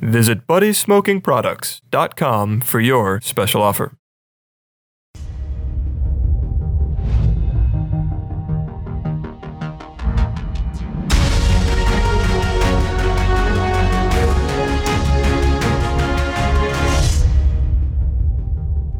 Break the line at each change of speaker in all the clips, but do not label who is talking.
Visit buddysmokingproducts.com for your special offer.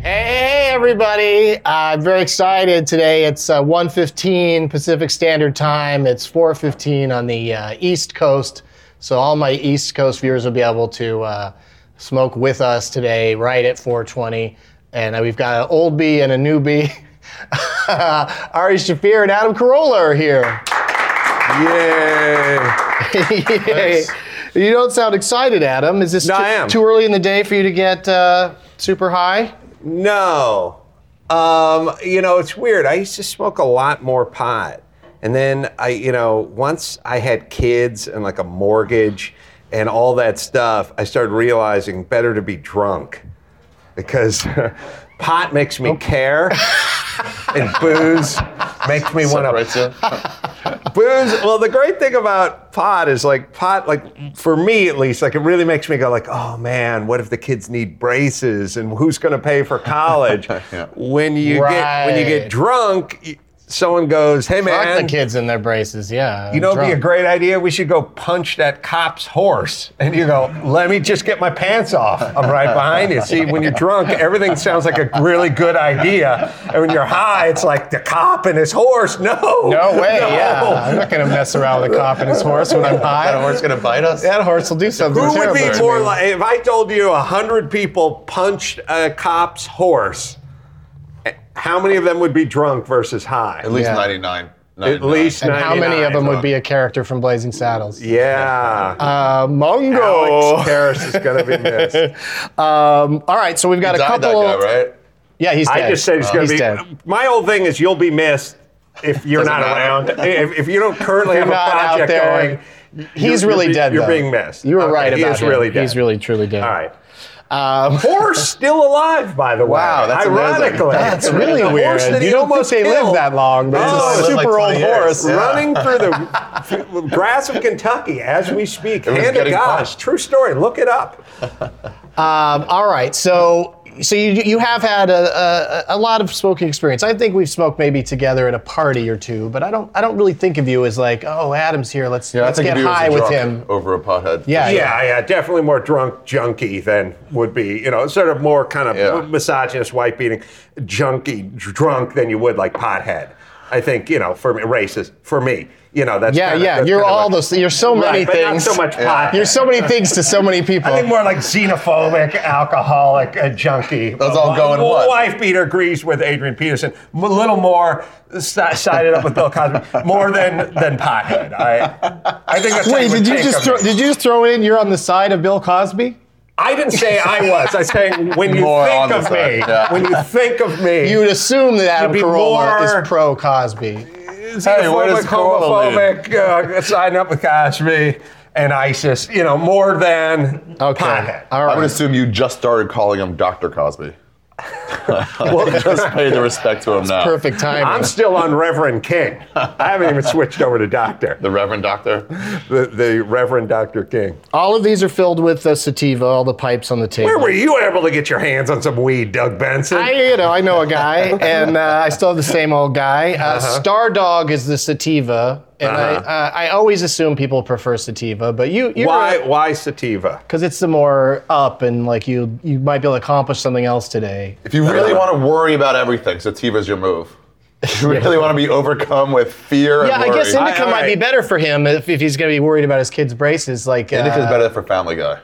Hey everybody! Uh, I'm very excited today. It's uh, 1:15 Pacific Standard Time. It's 4:15 on the uh, East Coast, so all my East Coast viewers will be able to uh, smoke with us today, right at 4:20. And uh, we've got an old bee and a newbie. Ari Shafir and Adam Carolla are here.
Yay!
Yay. You don't sound excited, Adam. Is this
No,
too,
I am.
too early in the day for you to get uh, super high?
No. Um, you know, it's weird. I used to smoke a lot more pot. And then I, you know, once I had kids and like a mortgage and all that stuff, I started realizing better to be drunk because pot makes me care and booze makes me want to booze. Well, the great thing about pot is like pot, like for me at least, like it really makes me go like, oh man, what if the kids need braces and who's going to pay for college? When you get when you
Right.
get drunk, y- someone goes, hey
Fuck the
man.
kids in their braces, yeah.
You know, it'd be a
Drunk.
great idea. We should go punch that cop's horse. And you go, let me just get my pants off. I'm right behind you. See, when you're drunk, everything sounds like a really good idea. And when you're high, it's like the cop and his horse. No.
No way, yeah. I'm not gonna mess around with a cop and his horse when I'm high.
That horse gonna bite us?
That horse will do something.
Who would
terrible to
be more
me.
like if I told you a hundred people punched a cop's horse? How many of them would be drunk versus high?
At least
Yeah.
99.
At least
And how many of
99.
them would be a character from Blazing Saddles?
Yeah.
Uh, Mungo.
Alex Harris is gonna be missed.
Um, all right, so we've got
Died
a
that
couple.
guy, right?
Yeah, he's dead.
I just said he's gonna be.
dead.
My old thing is you'll be missed if you're
Doesn't
not around.
matter.
if, if you don't currently have a
not out
project
there.
going,
He's
you're-
really
you're-
dead.
You're
though.
being missed.
You were
Okay,
right
he
about
is
him.
really dead.
He's really truly dead.
All right.
Um,
Horse still alive, by the way.
Wow, that's amazing.
ironically.
that's really
The
weird.
horse that he
You don't think
almost
they live
killed.
that long, but
Oh,
it's a
it's
super
like
old
20 years.
horse.
Yeah.
running through the f- grass of Kentucky as we speak.
was
Hand of
getting
God,
punched.
true story. Look it up.
Um, all right, so so you you have had a, a a lot of smoking experience. I think we've smoked maybe together at a party or two, but I don't I don't really think of you as like oh Adam's here. Let's
I
let's
think
get
if he was a
high with
drunk
him.
Over a pothead.
Yeah,
Yeah, yeah, definitely more drunk junkie than would be, you know, sort of more kind of
Yeah.
misogynist, white beating, junkie, dr- drunk than you would like pothead. I think, you know, for me, racist, for me, you know, that's
Yeah,
kinda-
yeah.
that's
You're
kinda
all
what-
those. You're so
Right,
many
but not
things.
so much pot.
You're so many things to so many people.
I think more like xenophobic, alcoholic, uh, junkie.
Those all go in
My
one.
Wife beater agrees with Adrian Peterson. A little more si- sided up with Bill Cosby. More than than pothead. I I think that's. how
Wait,
would
did you
take
just
of
throw,
me.
did you just throw in? You're on the side of Bill Cosby.
I didn't say I was. I saying when you
More on
think
the
of
side,
me.
yeah.
When you think of me.
You would assume that Adam
be
Carolla
more-
is pro Cosby.
Hey, what
xenophobic,
does Corolla mean?
homophobic, uh, sign up with Cosby and ISIS. You know more than
Okay.
pothead.
All
I would
right.
assume you just started calling him Dr. Cosby. well, just pay the respect to him now.
Perfect timing.
I'm still on Reverend King. I haven't even switched over to doctor.
The Reverend Doctor.
the, the Reverend Dr. King.
Oh.
all of these are filled with uh, sativa. All the pipes on the table.
Where were you able to get your hands on some weed, Doug Benson?
I, you know, I know a guy, and uh, I still have the same old guy.
Uh-huh.
Uh, Star Dog is the sativa, and
Uh-huh.
I, uh, I always assume people prefer sativa, but you, you
why, why sativa?
Because it's the more up, and like you, you might be able to accomplish something else today.
If you really want to worry about everything, Sativa's your move. If you really want to be overcome with fear
Yeah,
and
I
worry.
guess indica
all
might be
right.
better for him if, if he's going to be worried about his kids' braces. Like uh,
Indica's better for Family Guy.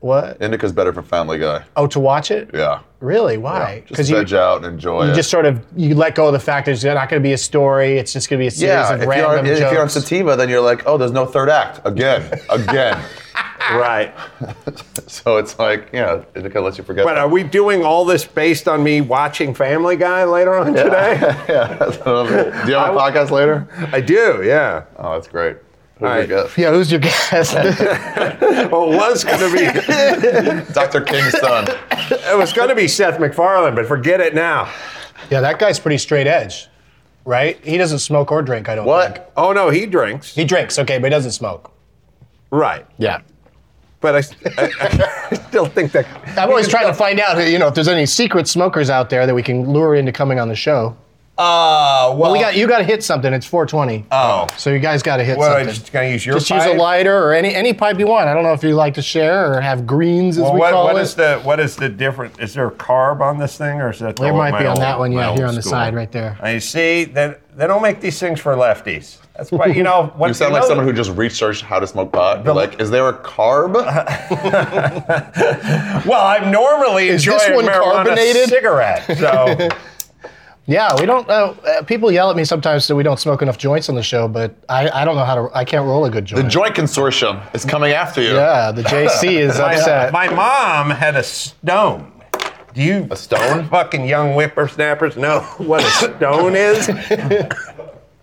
What?
Indica's better for Family Guy.
Oh, to watch it?
Yeah.
Really? Why?
Just
you,
veg out and enjoy
you
it.
just sort of you let go of the fact there's not going to be a story. It's just going to be a series
yeah,
of
if you're,
random
on, if
jokes.
you're on sativa, then you're like, oh, there's no third act again, again. Ah.
Right.
so it's like, yeah, indica lets you forget.
But
that.
are we doing all this based on me watching Family Guy later on today?
yeah, that's what I'm- do you have a podcast later?
I do, yeah.
Oh, that's great. Who's
right.
your guest?
yeah, who's your guest?
Well, it was going to be
Dr. King's son.
it was going to be Seth MacFarlane, but forget it now.
yeah, that guy's pretty straight edge, right? He doesn't smoke or drink. I don't think.
What?
Oh no, he drinks.
He drinks, okay, but he doesn't smoke.
Right.
Yeah.
but I, s- I- I still think that
I'm always trying to find out, you know, if there's any secret smokers out there that we can lure into coming on the show.
Uh, well,
We got you. Got to hit something. It's 420.
Oh.
so you guys got to hit
What, I
something.
just gonna use your
Just use
pipe?
a lighter or any any pipe you want. I don't know if you like to share or have greens as
Well,
we
what,
call
what
it.
is the what is the different? Is there a carb on this thing, or is that
there
the-
might
my
be on
old-
that one,
my
yeah, here
old
on the
school?
side, right there.
I see. Then they don't make these things for lefties. That's why you know. What,
You sound like someone who just researched how to smoke pot. You're like, is there a carb?
Well, I'm normally
Is
enjoying
this one
marijuana
carbonated?
cigarette. So
Yeah, we don't. Uh, uh, people yell at me sometimes that we don't smoke enough joints on the show, but I, I don't know how to. I can't roll a good joint.
The Joint Consortium is coming after you.
yeah, the JC is
uh,
my,
upset.
uh, my mom had a stone. Do you
A stone?
fucking young whippersnappers know what a stone is?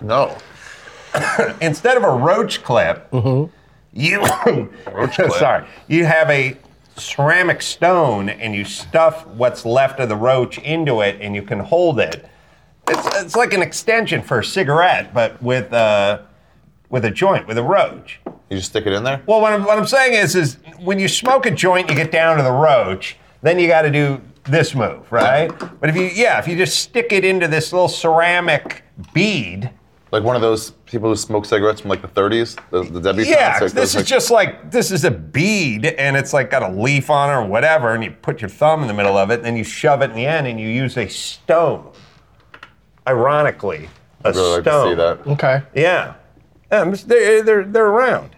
No.
Instead of a roach clip, you
Mm-hmm. Roach clip.
sorry, you have a ceramic stone and you stuff what's left of the roach into it and you can hold it. It's, it's like an extension for a cigarette, but with uh, with a joint, with a roach.
You just stick it in there?
Well, what I'm, what I'm saying is, is when you smoke a joint, you get down to the roach. Then you got to do this move, right? But if you, yeah, if you just stick it into this little ceramic bead,
Like one of those people who smoke cigarettes from like the 30s, the, the debutantes.
yeah,
like
this
those,
is
like-
just like this is a bead, and it's like got a leaf on it or whatever, and you put your thumb in the middle of it, and then you shove it in the end, and you use a stone. Ironically, a
I'd really like
stone.
to see that.
okay.
Yeah, yeah I'm just- they're, they're they're around.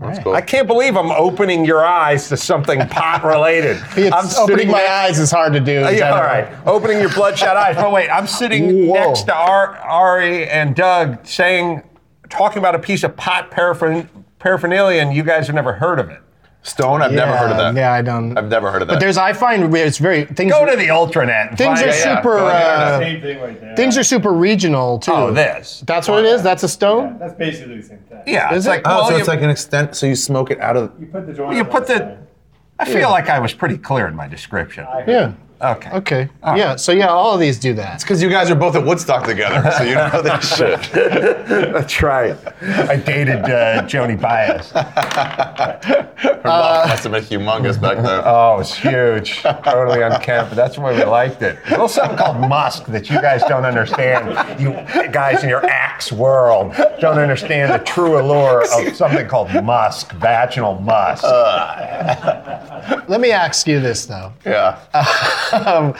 That's cool.
I can't believe I'm opening your eyes to something pot related.
It's-
I'm sitting
opening my
next-
eyes is hard to do. in
Yeah,
general.
all right. Opening your bloodshot eyes. But wait, I'm sitting
Whoa.
next to Ar- Ari and Doug saying, talking about a piece of pot parapher- paraphernalia, and you guys have never heard of it.
Stone? I've never heard of
Yeah,
that.
Yeah, I don't.
I've never heard of that.
But there's, I find where it's very things.
Go to the Ultranet. and
things
find
are
it.
yeah.
super.
Go on the internet.
uh,
Same thing right there.
things are super regional too.
Oh, this.
That's what it is. That's a stone.
That's basically the same thing.
Is
Yeah. Oh, it's
it?
like, well, you,
an extent, so you smoke it out of.
You put the joint.
you
on
put
that
the.
side.
I feel like I was pretty clear in my description.
Yeah.
Okay.
Okay. Yeah. So yeah, all of these do that.
Because you guys are both at Woodstock together, so you know that shit.
That's right. I dated uh, Joni Bias.
Her mouth must have been humongous back then.
Oh, it's huge. totally unkempt. But that's why we liked it. A little something called musk that you guys don't understand. You guys in your axe world don't understand the true allure of something called musk, vaginal musk.
Uh. Let me ask you this though.
yeah. Uh,
Um,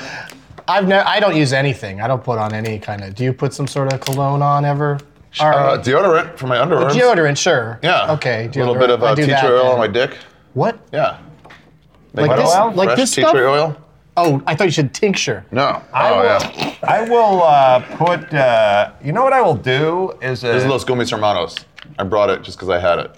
I've no, I don't use anything. I don't put on any kind of. Do you put some sort of cologne on ever? All
Uh,
right.
deodorant for my underarms.
deodorant, sure.
Yeah.
Okay.
A little bit of
deodorant. I
uh,
do
tea tree
that
oil
then.
on my dick.
What?
Yeah.
Like
What
this?
else?
Like
Fresh
this
tea
stuff?
tree oil?
Oh, I thought you said tincture.
No.
I
oh
will,
yeah.
I will uh, put, uh, you know what I will do is uh,
This
a,
is Los Gomes Hermanos. I brought it just because I had it.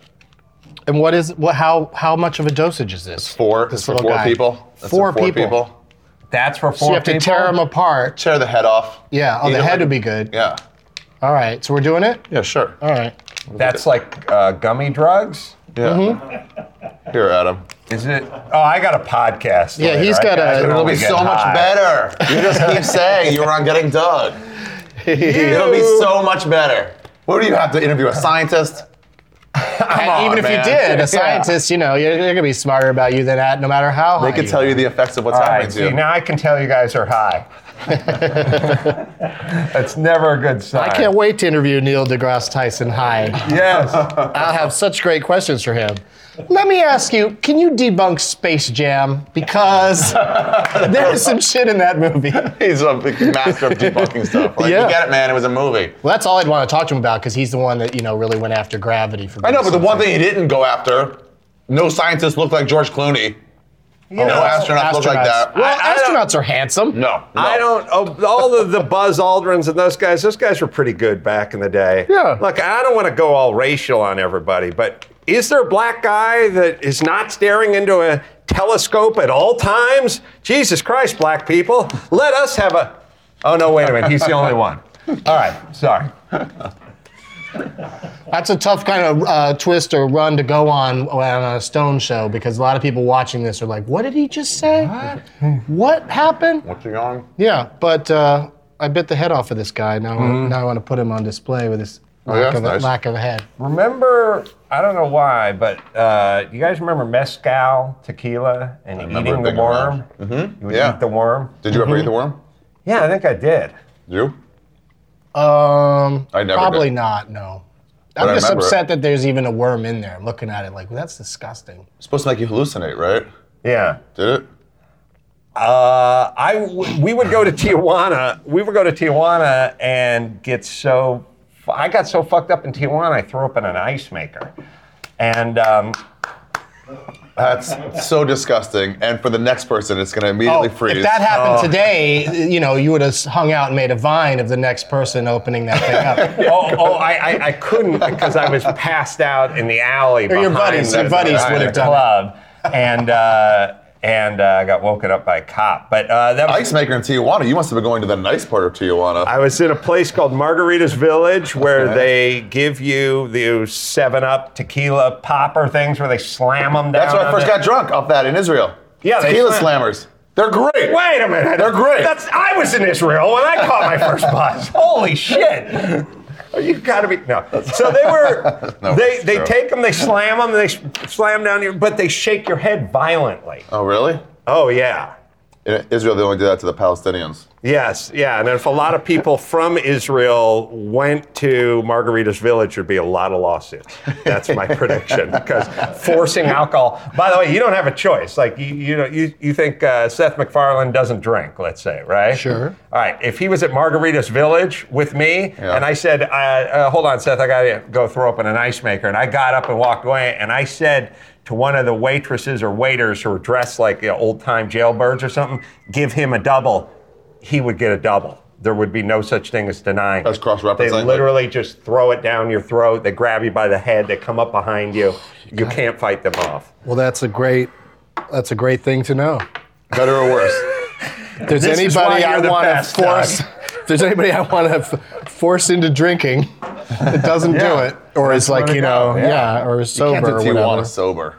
And what is what? How how much of a dosage is this?
Four.
This
It's for
little
four
guy.
people. That's
Four
for four
people.
that's for four
So you have to
people.
tear them apart.
Tear the head off.
Yeah. Oh,
Eat
the
it
head
like-
would be good. Uh,
Yeah.
All right. So we're doing it.
Yeah. Sure.
All right.
That's like uh, gummy drugs.
Yeah.
mm-hmm.
Here, Adam.
Is it? Oh, I got a podcast.
Yeah,
he's
he's got a-
It'll be so much better. You just keep saying you were on Getting Doug. It'll be so much better. What do you have to interview? A scientist?
And
on,
even if
man.
you did,
Yeah.
a scientist, you know, you're, they're gonna be smarter about you than that, no matter how.
They could tell you the effects of what's
All
happening
right,
to you.
see, now I can tell you guys are high. That's never a good sign.
I can't wait to interview Neil deGrasse Tyson. Hi.
Yes.
I'll have such great questions for him. Let me ask you, can you debunk Space Jam? Because there's some shit in that movie. Well,
He's a big master of debunking stuff. Like,
Yeah.
you get it, man. It was a movie.
that's all I'd want to talk to him about because he's the one that, you know, really went after gravity for
I know, but the one thing he didn't go after, no scientist looked like George Clooney.
You
no astronaut looked like that.
Well,
I- I don't-
astronauts are handsome.
No, no.
I don't. Oh, all of the Buzz Aldrins and those guys. Those guys were pretty good back in the day.
Yeah.
Look, I don't want to go all racial on everybody, but is there a black guy that is not staring into a telescope at all times? Jesus Christ, black people, let us have a. Oh no! Wait a minute. He's the only one. All right. Sorry.
That's a tough kind of uh, twist or run to go on on a Stone show because a lot of people watching this are like, what did he just say? What, happened?
What's he on?
Yeah, but uh, I bit the head off of this guy. Now, now I want to put him on display with this
Okay,
lack,
that's
of,
Mm-hmm. Oh, nice.
lack of head.
Remember, I don't know why, but uh, you guys remember mezcal, tequila, and
remember
eating the
thinking about
worm?
it. Mhm,
You would
yeah.
eat the worm?
Did you ever eat the worm?
Yeah, I think I did.
You?
Um,
I never did.
probably not. No,
But I
I'm just
remember it.
upset that there's even a worm in there. I'm looking at it like well, that's disgusting.
It's supposed to make you hallucinate, right?
Yeah.
Did it?
Uh, I w- we would go to Tijuana. We would go to Tijuana and get so fu- I got so fucked up in Tijuana I threw up in an ice maker, and um,
That's so disgusting. And for the next person, it's going to
Oh,
immediately freeze.
Oh, if that happened today, you know, you would have hung out and made a vine of the next person opening that thing up.
oh, oh I, I I couldn't because I was passed out in the alley.
Or your
behind
buddies,
the-
your buddies
behind
would have
the
done it.
club, and uh, and uh, I got woken up by a cop. But uh, that was
Ice maker in Tijuana. You must have been going to the nice part of Tijuana.
I was in a place called Margarita's Village where
Okay.
they give you the Seven Up tequila popper things where they slam them down.
That's where I
on
first
the-
got drunk off that in Israel.
Yeah, they-
tequila slammers. They're great.
Wait a minute.
They're great.
That's I was in Israel when I caught my first bus. Holy shit. You gotta be no. So they were.
No,
they
it's
they
true.
take them. They slam them. They s- slam down your. But they shake your head violently.
Oh, really?
Oh yeah.
In Israel, they only do that to the Palestinians.
Yes, yeah, and if a lot of people from Israel went to Margarita's Village, there'd be a lot of lawsuits. That's my prediction because forcing alcohol. By the way, you don't have a choice. Like you, you know, you you think uh, Seth MacFarlane doesn't drink, let's say, right?
Sure.
All right. If he was at Margarita's Village with me,
Yeah.
and I said, uh, uh, "Hold on, Seth, I gotta go throw up in an ice maker," and I got up and walked away, and I said. To one of the waitresses or waiters who were dressed like you know, old-time jailbirds or something, give him a double he would get a double. There would be no such thing as denying.
That's
it.
cross-referencing,
They
like-
literally just throw it down your throat. They grab you by the head. They come up behind you. You can't fight them off.
well, that's a great, that's a great thing to know.
Better or worse?
If there's
This is why
anybody
you're
I
the
want to
best,
force,
Doug.
if there's anybody I want to f- force into drinking that doesn't
Yeah.
do it, or is like
where
you
to go,
know,
yeah.
yeah. or is
You
sober
can't do
or
Tijuana
whatever.
sober.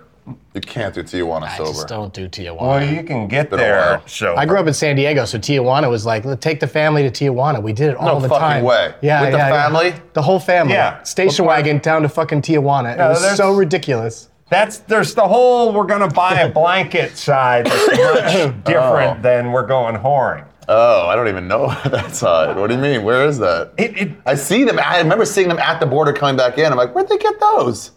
You can't do Tijuana
I
sober.
just don't do Tijuana.
Well, you can get
been a while.
there. So
I grew up in San Diego, so Tijuana was like, "Let's take the family to Tijuana. We did it all
No
the
fucking
time.
way.
Yeah,
With the
yeah, yeah.
family?
the whole family.
Yeah.
station
What part?
wagon down to fucking Tijuana.
No,
it was
there's-
so ridiculous.
That's there's the whole we're gonna buy a blanket side that's much different than we're going whoring.
Oh, I don't even know that side. What do you mean? Where is that?
It, it,
I see them. I remember seeing them at the border coming back in. I'm like, where'd they get those?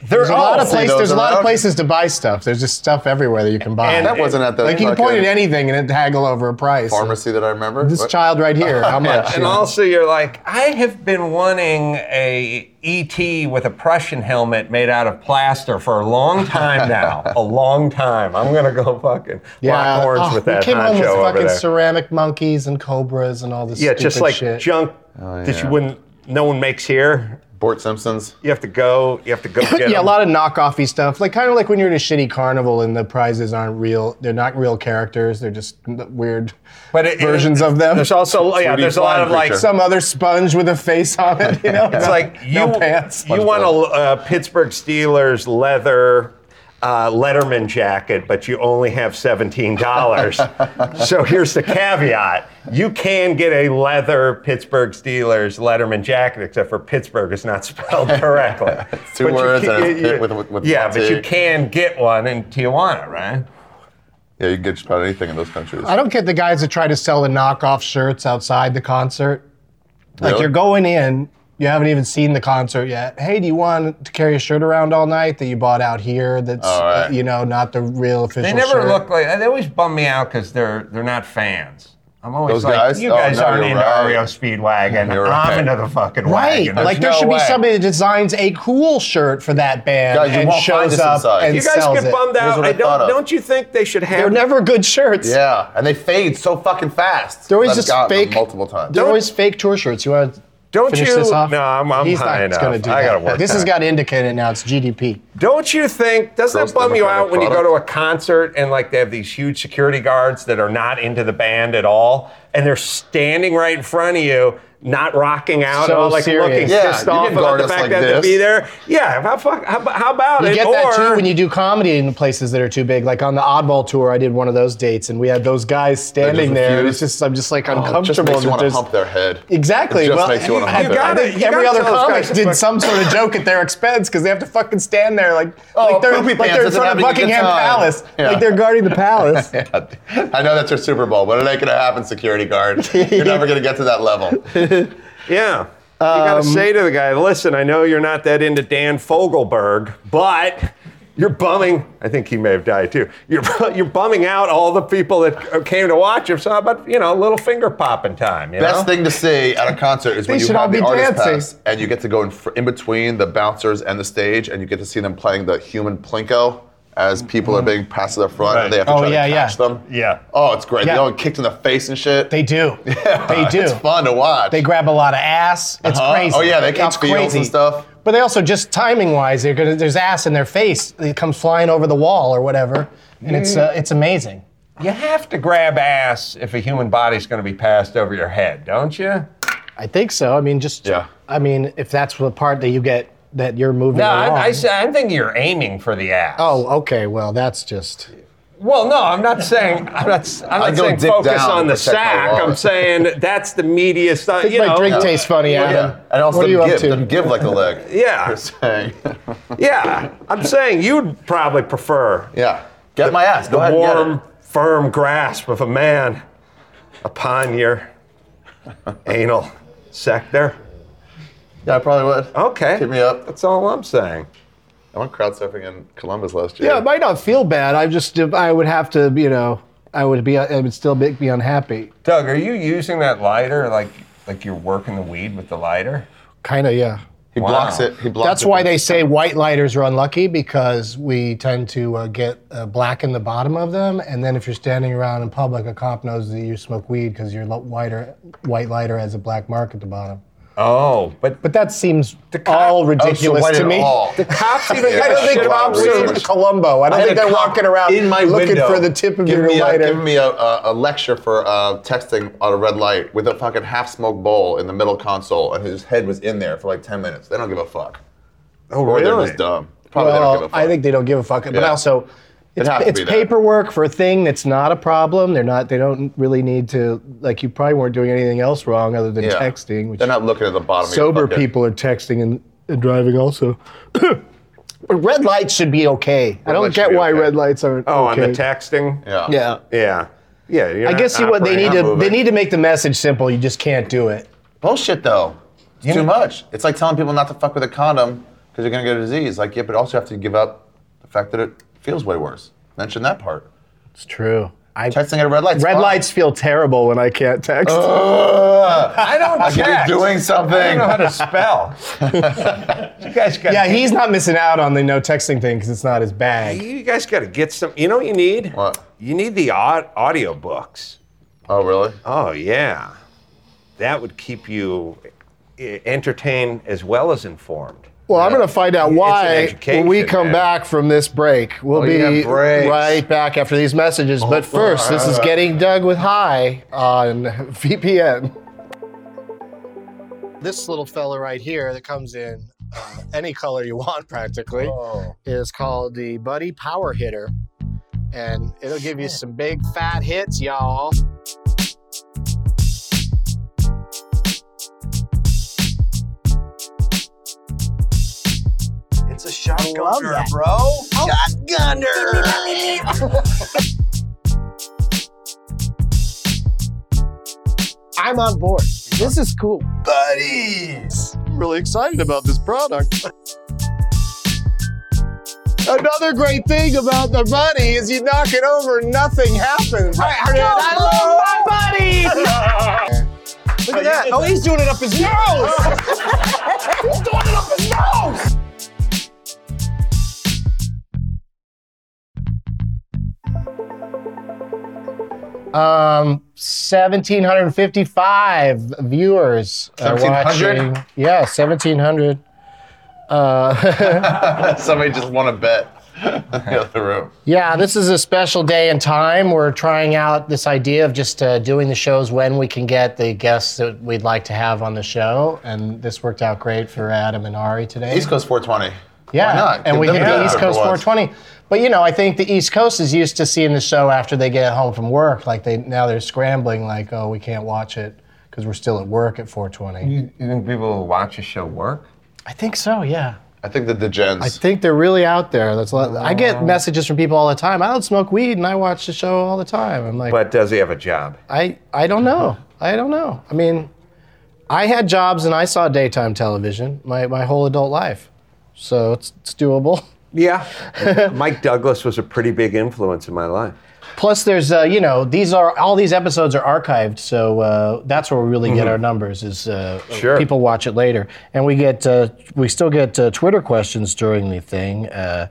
there's
There's a lot of
see
places.
those
There's a lot
around?
of places to buy stuff. There's just stuff everywhere that you can buy.
And-
That wasn't at the
like you can
fucking
point at anything and it haggle over a price.
pharmacy that I remember.
This
What?
child right here, how much?
And
you know?
also, you're like, I have been wanting a ET with a Prussian helmet made out of plaster for a long time now. a long time. I'm gonna go fucking lock horns
oh,
with that
We came home
honcho
with
over
fucking
there.
ceramic monkeys and cobras and all this.
yeah,
stupid
just like
shit. Oh,
junk that you
yeah.
wouldn't. No one makes here.
Bort Simpsons.
You have to go. You have to go get
yeah, a
'em.
lot of knockoffy stuff. Like kind of like when you're in a shitty carnival and the prizes aren't real. They're not real characters. They're just n- weird
But it-
versions of them.
There's also yeah.
3D
There's a lot
flying
of like.
creature.
Some other sponge with a face on it. You know,
It's like you
no pants.
You want a uh, Pittsburgh Steelers leather uh, Letterman jacket, but you only have seventeen dollars. so here's the caveat: you can get a leather Pittsburgh Steelers Letterman jacket, except for Pittsburgh is not spelled correctly.
two
But you
words
can-
and it's
you-
pit with- with- with
yeah,
one
but you
T.
can get one in Tijuana, right?
Yeah, you can get just about anything in those countries.
I don't get the guys that try to sell the knockoff shirts outside the concert. Like
Really?
you're going in, you haven't even seen the concert yet. Hey, do you want to carry a shirt around all night that you bought out here? That's
All right.
uh, you know not the real official.
They never
shirt?
look like. They always bum me out because they're they're not fans. I'm always
Those
like,
guys?
you
Oh,
guys
no,
aren't
you're
into
right.
REO Speedwagon.
You're
I'm
right.
into the fucking
Right,
wagon.
like there
no
should
way.
be somebody that designs a cool shirt for that band
Guys, you
and
won't find
shows
this
up
inside.
and
You
you guys
sells
get
it.
bummed
Here's
out.
what I
I
thought
don't.
of.
Don't you think they should have?
They're never good shirts.
yeah, and they fade so fucking fast.
They're always
I've
just
gotten them
fake-
multiple times.
They're always fake tour shirts. You want to
Don't
finish
you-
this off?
No, I'm- I'm
He's
high
not going to
enough.
do
I
that.
gotta work
This has
on it.
got indicated now. It's GDP.
Don't you think? Doesn't
Gross
that bum you
democratic
out when you go
product.
to a concert and like they have these huge security guards that are not into the band at all? and they're standing right in front of you, not rocking out,
So
all like
serious.
looking
Yeah,
pissed
you
off
can
about
guard
the
us
fact
like
that to
this.
be there. Yeah, how, fuck, how, how about
You
it?
get that
or
too when you do comedy in places that are too big. Like on the Oddball tour, I did one of those dates, and we had those guys standing there. And
refuse?
it's just, I'm just like
Oh, it just
uncomfortable.
makes you
that
want to
there's-
hump their head.
Exactly.
It just
well,
makes you want to
I
hump
think
their
gotta-
head.
you
every
gotta
other
tell those
comic
guys to
did
fuck-
some sort of joke at their expense because they have to fucking stand there like,
Oh,
like they're,
poopy
like
pants,
they're in
it's
front of
having a good
Buckingham
time.
Palace.
Yeah.
Like they're guarding the palace.
I know that's your Super Bowl, but it ain't gonna happen, security guard. You're never gonna get to that level.
Yeah. You
Um,
gotta say to the guy, listen, I know you're not that into Dan Fogelberg, but you're bumming. I think he may have died too. You're you're bumming out all the people that came to watch him. So, how about you know, a little finger popping time. You
Best
know?
thing to see at a concert is when
They
you
should all
have the
be
artist
dancing.
pass and you get to go in, fr- in between the bouncers and the stage, and you get to see them playing the human plinko as people are being passed to the front,
Right.
and they have to
Mm-hmm. Oh,
try
yeah,
to
yeah.
catch them.
Yeah.
Oh, it's great.
Yeah.
They all get kicked in the face and shit.
They do. they do.
It's fun to watch.
They grab a lot of ass. It's
Uh-huh.
crazy.
Oh, yeah, they count
it's
fields and stuff.
But they also just timing wise, they're gonna, there's ass in their face. It comes flying over the wall or whatever, and it's uh, it's amazing.
You have to grab ass if a human body's going to be passed over your head, don't you?
I think so. I mean, just
Yeah.
I mean, if that's the part that you get that you're moving.
No, I'm,
along.
I, am thinking you're aiming for the ass.
Oh, okay. Well, that's just.
Well, no, I'm not saying I'm not, I'm
I
not
go
saying
dick
focus
down
on the
to protect my
sack.
wallet.
I'm saying that's the media stuff.
Think
You
my
know, uh,
drink tastes funny,
yeah.
Adam.
And also
what are you
give,
up to?
them give like a leg.
Yeah.
You're saying.
Yeah, I'm saying you'd probably prefer
yeah. Get my ass. Go
the
ahead and get it.
warm, firm grasp of a man upon your anal sector.
Yeah, I probably would.
Okay.
Hit me up.
That's all I'm saying.
I went crowd surfing in Columbus last year.
Yeah, it might not feel bad. I just I would have to, you know, I would be I would still be, be unhappy.
Doug, are you using that lighter like like you're working the weed with the lighter?
Kind of, yeah.
He
Wow.
blocks it. He blocks
That's
it
why
from-
they say white lighters are unlucky because we tend to uh, get uh, black in the bottom of them, and then if you're standing around in public, a cop knows that you smoke weed because your lo- whiter, white lighter has a black mark at the bottom.
Oh, but
But that seems
cop-
all
Oh, so
ridiculous
why
to
did
me.
all-
the cops even
Yeah.
I don't think
Shit, wow,
cops
we
are
were-
Columbo. I don't
I had
think
a
they're
cop
walking around
in my
looking
window
for the tip of
give
your
me a-
lighter.
Give me a, a, a lecture for uh, texting on a red light with a fucking half-smoked bowl in the middle console, and his head was in there for like 10 minutes. They don't give a fuck.
Oh,
Or they're
really?
just dumb. Probably
well,
they don't give a fuck.
I think they don't give a fuck. But
Yeah.
also, it's,
has to
it's
be there.
paperwork for a thing that's not a problem. They're not. They don't really need to. Like you probably weren't doing anything else wrong other than
Yeah.
texting. Which
They're not looking at the bottom
sober
of your fucking-
people are texting and, and driving also. but red lights should be okay. I don't
lights should
get
be
why
okay.
red lights aren't.
Oh,
okay.
on the texting?
Yeah.
Yeah.
Yeah. Yeah. you're
I
not
guess you what they
operating
need
on
to
moving.
they need to make the message simple. You just can't do it.
Bullshit, though. It's too much. It's like telling people not to fuck with a condom because you're going to get a disease. Like, yeah, but also have to give up the fact that it feels way worse. Mention that part.
It's true. I
Texting at a red light.
red lights feel terrible when I can't text.
Oh. I
I don't
You're
text.
doing
I don't
something.
know how to spell. you guys got.
yeah, he's not missing out on the no texting thing because it's not his bag.
You guys got to get some. You know what you need?
What?
You need the au- audio books.
Oh, really?
Oh yeah, that would keep you eh, entertained as well as informed.
Well, I'm going to find out
It's an
why when we
education,
come
man. Oh,
back from this break. We'll be
yeah, breaks.
right back after these messages. but first, this
uh,
is Getting Doug with High on VPN. This little fella right here that comes in uh, any color you want practically
Oh.
is called the Buddy Power Hitter. And it'll give you some big fat hits, y'all.
It's a shotgunner, bro. Shotgunner.
I'm on board. This is cool.
Buddies.
really excited about this product. Another great thing about the buddy is you knock it over, nothing happens. I, love my buddy. Look at that. Oh, he's doing it up his nose.
He's doing it up his nose.
Um, 1,755 viewers are
1,700?
watching. Yeah, 1,700.
Somebody just won a bet. the other room.
Yeah, this is a special day and time. We're trying out this idea of just uh, doing the shows when we can get the guests that we'd like to have on the show, and this worked out great for Adam and Ari today.
East Coast 420.
yeah,
Why not?
and
Give
we
them
hit
a
the
good
East
time for
Coast
once.
420. But you know, I think the East Coast is used to seeing the show after they get home from work. Like they now they're scrambling, like, oh, we can't watch it because we're still at work at 420.
You, you think people who watch a show work?
I think so. Yeah.
I think that the gens.
I think they're really out there. That's a lot, I get messages from people all the time. I don't smoke weed and I watch the show all the time. I'm like,
But does he have a job?
I I don't know. I don't know. I mean, I had jobs and I saw daytime television my, my whole adult life, so it's, it's doable.
Yeah. Mike Douglas was a pretty big influence in my life.
Plus, there's uh, you know these are all these episodes are archived, so uh, that's where we really get our numbers. Is uh,
Sure.
people watch it later, and we get uh, we still get uh, Twitter questions during the thing. Uh,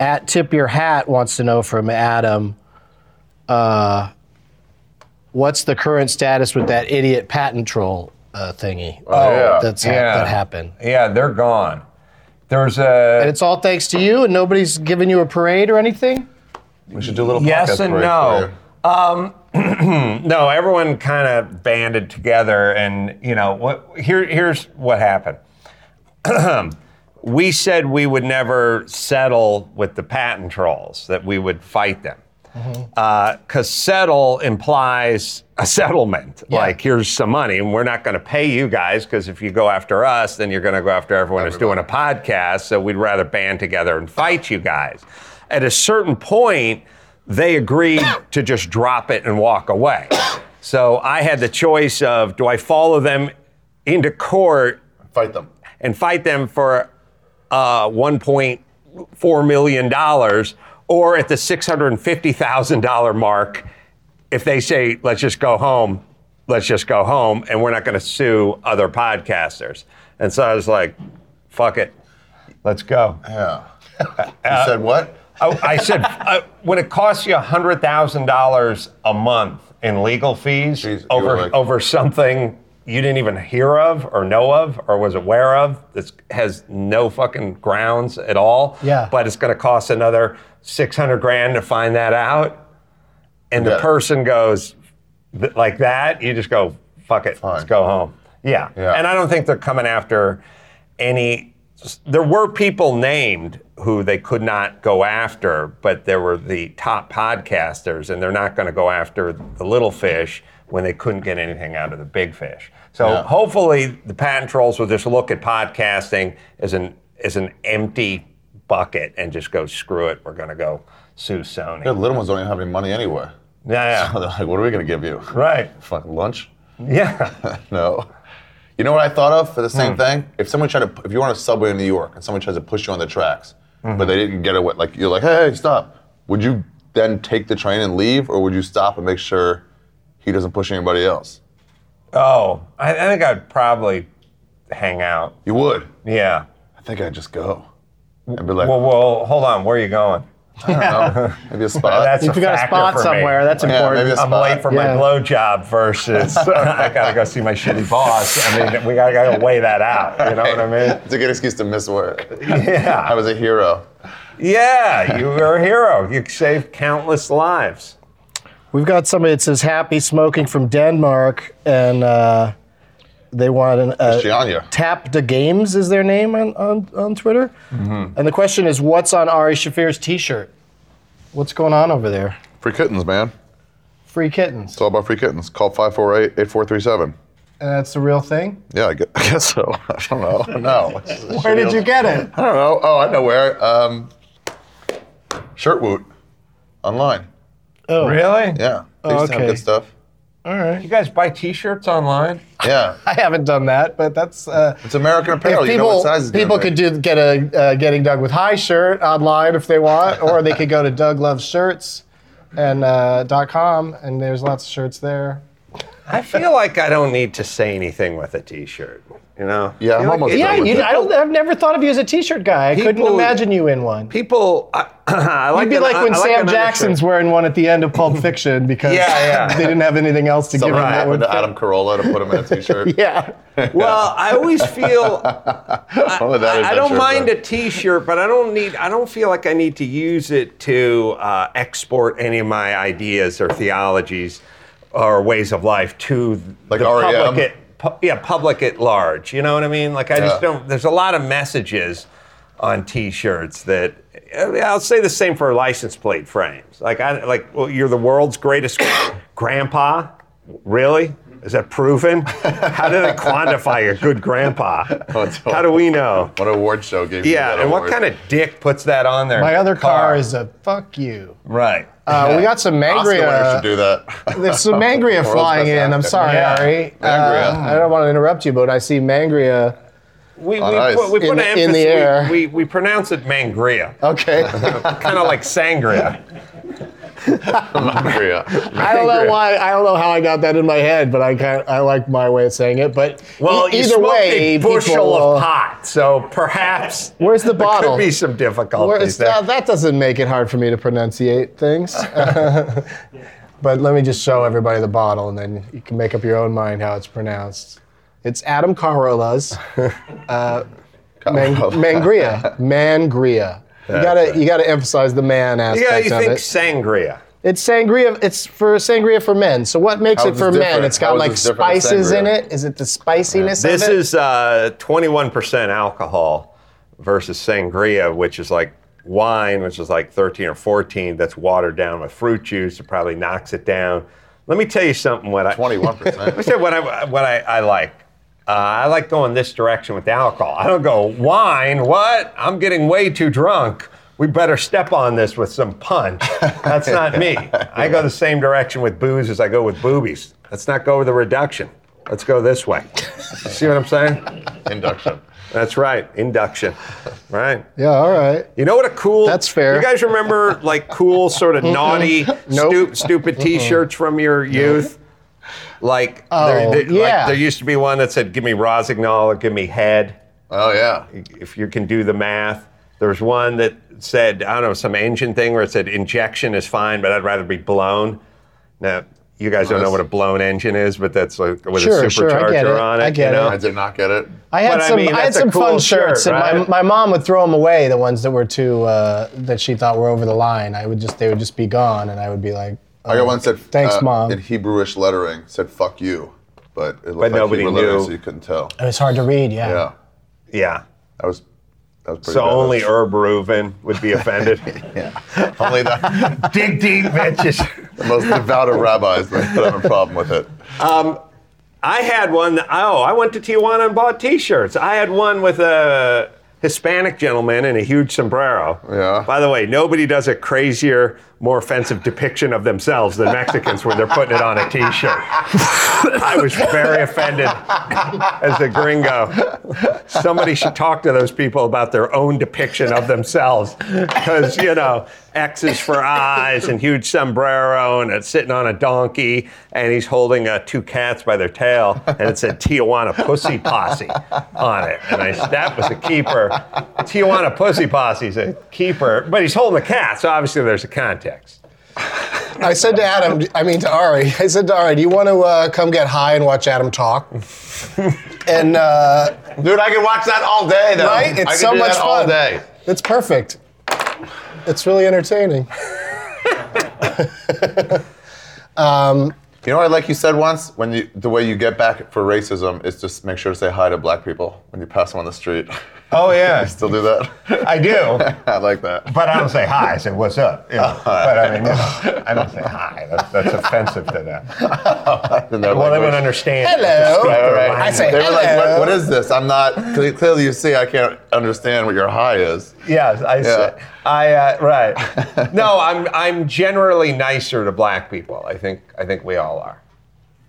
at tip your hat wants to know from Adam, uh, what's the current status with that idiot patent troll uh, thingy? Oh,
yeah.
that's hap-
yeah.
that happened.
Yeah, they're gone. There's
And
a
it's all thanks to you, and nobody's giving you a parade or anything.
we should do a little
yes
podcast
and
break
no. Um,
for-
no, everyone kind of banded together, and you know what? Here, here's what happened. we said we would never settle with the patent trolls; that we would fight them, because settle implies a settlement. Like here's some money, and we're not going to pay you guys because if you go after us, then you're going to go after everyone who's doing a podcast. So we'd rather band together and fight you guys. At a certain point they agreed to just drop it and walk away. So I had the choice of do I follow them into court
Fight them.
and fight them for uh, 1.4 million dollars, or at the 650 thousand dollar mark, if they say let's just go home, let's just go home, and we're not going to sue other podcasters. And so I was like, fuck it, let's go.
Yeah. you said what?
I, I said, uh, when it costs you hundred thousand dollars a month in legal fees
Jeez, you
over
were like-
over something you didn't even hear of or know of or was aware of that has no fucking grounds at all.
Yeah.
But it's going to cost another six hundred grand to find that out, and
Yeah.
the person goes th- like that. You just go fuck it, let's
Fine.
go home. Yeah.
Yeah.
And I don't think they're coming after any. There were people named who they could not go after, but there were the top podcasters, and they're not going to go after the little fish when they couldn't get anything out of the big fish. So
Yeah.
hopefully, the patent trolls will just look at podcasting as an as an empty bucket and just go screw it. We're going to go sue Sony.
The little ones don't even have any money anyway.
Yeah,
They're like, what are we going to give you?
yeah. right.
Fucking lunch?
Yeah.
No. You know what I thought of for the
Hmm.
same thing? If someone tried to, if you're on a subway in New York and someone tries to push you on the tracks,
Hmm.
but they didn't get away, like you're like, hey, hey, stop. Would you then take the train and leave, or would you stop and make sure he doesn't push anybody else?
Oh, I, I think I'd probably hang out.
You would.
Yeah.
I think I'd just go and be like,
Well, well, hold on. Where are you going?
I don't know, maybe a spot.
That's
If you got a
factor
spot
for me.
somewhere, that's
Yeah,
important.
maybe a
I'm
spot.
late for
Yeah.
my blowjob versus I gotta go see my shitty boss. I mean, we gotta, gotta weigh that out. You know what I mean?
It's a good excuse to miss work. I
Yeah,
was a hero.
yeah. You were a hero. You saved countless lives.
We've got somebody that says happy smoking from Denmark, and uh, they want an uh,
Gianna.
tap the games is their name on on, on Twitter.
Mm-hmm.
And the question is, what's on Ari Shafir's T-shirt? What's going on over there?
Free kittens, man.
Free kittens.
It's all about free kittens. Call 548 8437.
And that's the real thing.
Yeah, I gue- I guess so. I don't know. No. It's just a
Where did
shitty-
you get it?
I don't know. Oh, I know where. Um, Shirtwoot online.
Oh,
Really?
Yeah. They used
Okay.
to have good stuff.
You guys buy T-shirts online?
Yeah.
I haven't done that, but that's. Uh,
It's American
if
Apparel. you know
people
what size is doing
people
it.
could do get a uh, getting Doug with high shirt online if they want, or they could go to Doug Loves Shirts and uh, dot com, and there's lots of shirts there.
I feel like I don't need to say anything with a T-shirt. You know?
Yeah,
I feel
I'm
like
almost
it-
done
Yeah,
with
you,
that.
I don't, I've never thought of you as a T-shirt guy. I couldn't
People-
imagine you in one.
people. I, I like
You'd be
an-
like
I-
when
I like an
Sam
undershirt.
Jackson's wearing one at the end of Pulp Fiction because
Yeah, yeah.
they didn't have anything else to
Something
give him. that
happened
would
to Adam Carolla to put him in a
fit.
t-shirt.
Yeah.
Well, I always feel
Oh, that
I, I don't
adventure,
mind
bro.
a T-shirt, but I don't need. I don't feel like I need to use it to uh, export any of my ideas or theologies or ways of life to
Like E
the
REM?
public. At, pu- yeah, public at large. You know what I mean? Like I just
Yeah.
don't. There's a lot of messages on T-shirts that. I mean, I'll say the same for license plate frames. Like I like well, you're the world's greatest grandpa. Really? Is that proven? How do they quantify a good grandpa?
Oh, it's
How do we know?
What award show gave you that
Yeah, and what
award?
kind of dick puts that on there?
My other car
uh,
is a fuck you.
right.
Uh, we got some
Oscar winner should
mangria.
do that?
There's some mangria
World's
flying
best
in. I'm
actor.
sorry,
Yeah.
Ari. Uh,
Mangria.
I don't want to interrupt you, but I see mangria.
we we
on ice.
put, we put
In
an
the- in
emphasis.
the air.
We, we we pronounce it mangria,
Okay.
kind of like sangria.
Mangria.
I don't know why. I don't know how I got that in my head, but I kind I like my way of saying it. But
Well,
e-
you
either
smoked
way,
a bushel
people, will-
of pot, so perhaps
Where's the
there
bottle?
could be some
Where
difficulties
is-
there.
now, that doesn't make it hard for me to pronunciate things. but let me just show everybody the bottle, and then you can make up your own mind how it's pronounced. It's Adam Carolla's uh, man- Mangria. Mangria. You gotta, you gotta emphasize the man aspect
yeah, you
of
think
it.
sangria?
It's sangria. It's for sangria for men. So what makes
How
it
is
for
this
men?
different?
It's
How
got
is
like
this different than
spices in
sangria?
it. Is it the spiciness
This
of it?
is uh, 21% alcohol versus sangria, which is like wine, which is like 13 or 14. That's watered down with fruit juice. It probably knocks it down. Let me tell you something. What I
Twenty-one percent.
Let me say what I what I, I like. Uh, I like going this direction with alcohol. I don't go wine. What? I'm getting way too drunk. We better step on this with some punch. That's not me. I go the same direction with booze as I go with boobies. Let's not go with the reduction. Let's go this way. You see what I'm saying?
Induction.
That's right. Induction. Right.
yeah. All right.
You know what a cool.
That's fair.
You guys remember like cool, sort of naughty,
Nope.
stu- stupid T-shirts from your youth? Like,
Oh,
there, there-
yeah.
like there used to be one that said, "Give me Rosignol" or "Give me head."
Oh yeah.
If you can do the math, there was one that said, I don't know, some engine thing where it said, "Injection is fine, but I'd rather be blown." Now. You guys don't know
Nice.
what a blown engine is, but that's like with
Sure,
a
sure, I
supercharger
get it.
on it.
I get
you know?
I did not get it.
I had
But I
some. I,
mean,
had
that's a
some fun
cool shirt,
shirts, and
right?
my, my mom would throw them away. The ones that were too uh, that she thought were over the line. I would just they would just be gone, and I would be like,
I
"Oh,
got one that said
thanks,
uh,
mom."
in Hebrewish lettering said "fuck you," but it looked like
nobody
Hebrew lettering,
knew.
so you couldn't tell.
It was hard to read. Yeah.
Yeah,
Yeah.
that was that was pretty.
So
badass.
only Herb Reuven would be offended.
only the,
dig deep, bitches.
the most devout of rabbis that have a problem with it.
I had one. that- Oh, I went to Tijuana and bought T-shirts. I had one with a Hispanic gentleman in a huge sombrero.
Yeah.
By the way, nobody does a crazier, more offensive depiction of themselves than Mexicans when they're putting it on a T-shirt. I was very offended as a gringo. Somebody should talk to those people about their own depiction of themselves, because you know X's for eyes and huge sombrero and it's sitting on a donkey and he's holding uh, two cats by their tail and it said Tijuana Pussy Posse on it and I, that was a keeper. Tijuana Pussy Posse is a keeper, but he's holding a cat, so obviously there's a context.
I said to Adam, I mean to Ari, I said to Ari, "Do you want to uh, come get high and watch Adam talk?" and uh,
Dude, I could watch that all day, though.
Right? It's
I could
so
do
much
that all
fun.
day.
it's perfect. It's really entertaining.
You know what? Like you said once, when you the way you get back for racism is just make sure to say hi to black people when you pass them on the street.
Oh yeah,
Still do that.
I do.
I like that.
But I don't say hi. I say what's up. you know. But I mean, you know, I don't say hi. That's, that's offensive to them.
In their
Well, they
language.
wouldn't understand.
Hello.
Right, right, right.
Oh, I say,
they were like,
"Hello."
what, what is this? I'm not. cle- Clearly, you see, I can't understand what your high is.
Yes, I say.
Yeah.
I uh, right. No, I'm I'm generally nicer to black people. I think I think we all are.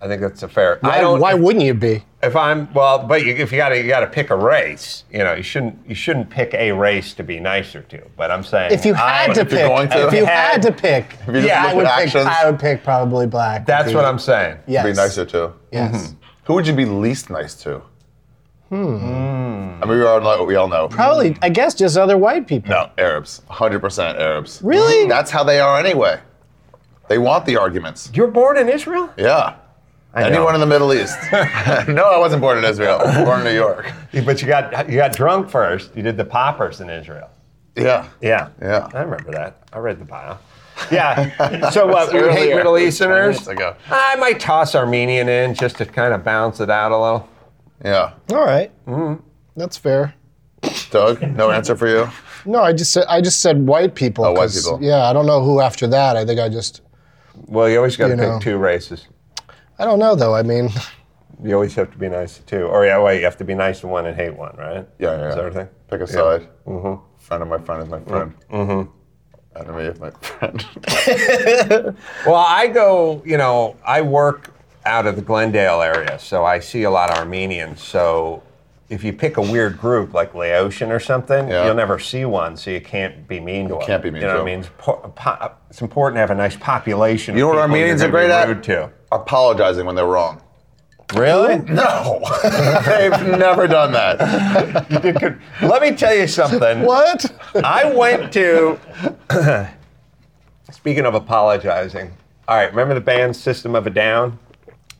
I think that's a fair. I
Why,
don't.
why wouldn't you be?
if I'm well, but you, if you got to you got to pick a race, you know, you shouldn't you shouldn't pick a race to be nicer to. But I'm saying
If you
I-
had to
if you're
pick,
going to-
if you had to pick,
you just
Yeah, I
look at
would
I, think
actions,
I would pick probably black. would
That's
be-
what I'm saying.
Yes.
be nicer to.
Yes.
Who would you be least nice to? Hmm. I mean, we all know. We all know.
Probably, I guess, just other white people.
No, Arabs. 100% Arabs.
Really?
That's how they are anyway. They want the arguments.
You're born in Israel.
Yeah.
know.
Anyone in the Middle East. no, I wasn't born in Israel. I was born in New York.
But you got you got drunk first. You did the poppers in Israel.
Yeah.
Yeah.
Yeah.
I remember that. I read the bio. Yeah. So what?
That's
we hate
earlier.
Middle Easterners.
Minutes ago.
I might toss Armenian in just to kind of balance it out a little.
Yeah.
All right. That's fair.
Doug, no answer for you?
No, I just said I just said white people.
Oh, white
'cause,
people.
Yeah, I don't know who after that. I think I just
Well, you always got to
You
pick
know.
two races.
I don't know though. I mean,
You always have to be nice to two. Or yeah, wait, you have to be nice to one and hate one, right?
Yeah, yeah.
Is that everything?
Pick a side. Mm-hmm. Friend of my friend is my friend. Mm-hmm. Enemy of my friend.
Well, I go, you know, I work out of the Glendale area, so I see a lot of Armenians. So if you pick a weird group like Laotian or something,
Yeah.
you'll never see one, so you can't be mean to them.
can't be mean
You know
to
what I mean?
them.
It's, po- po- it's important to have a nice population.
You know
of
what
people
Armenians
you're
are
gonna
great at?
be Rude
Apologizing when they're wrong.
to. Really?
No. They've never done that.
Let me tell you something.
what?
I went to. Speaking of apologizing, all right, remember the band System of a Down?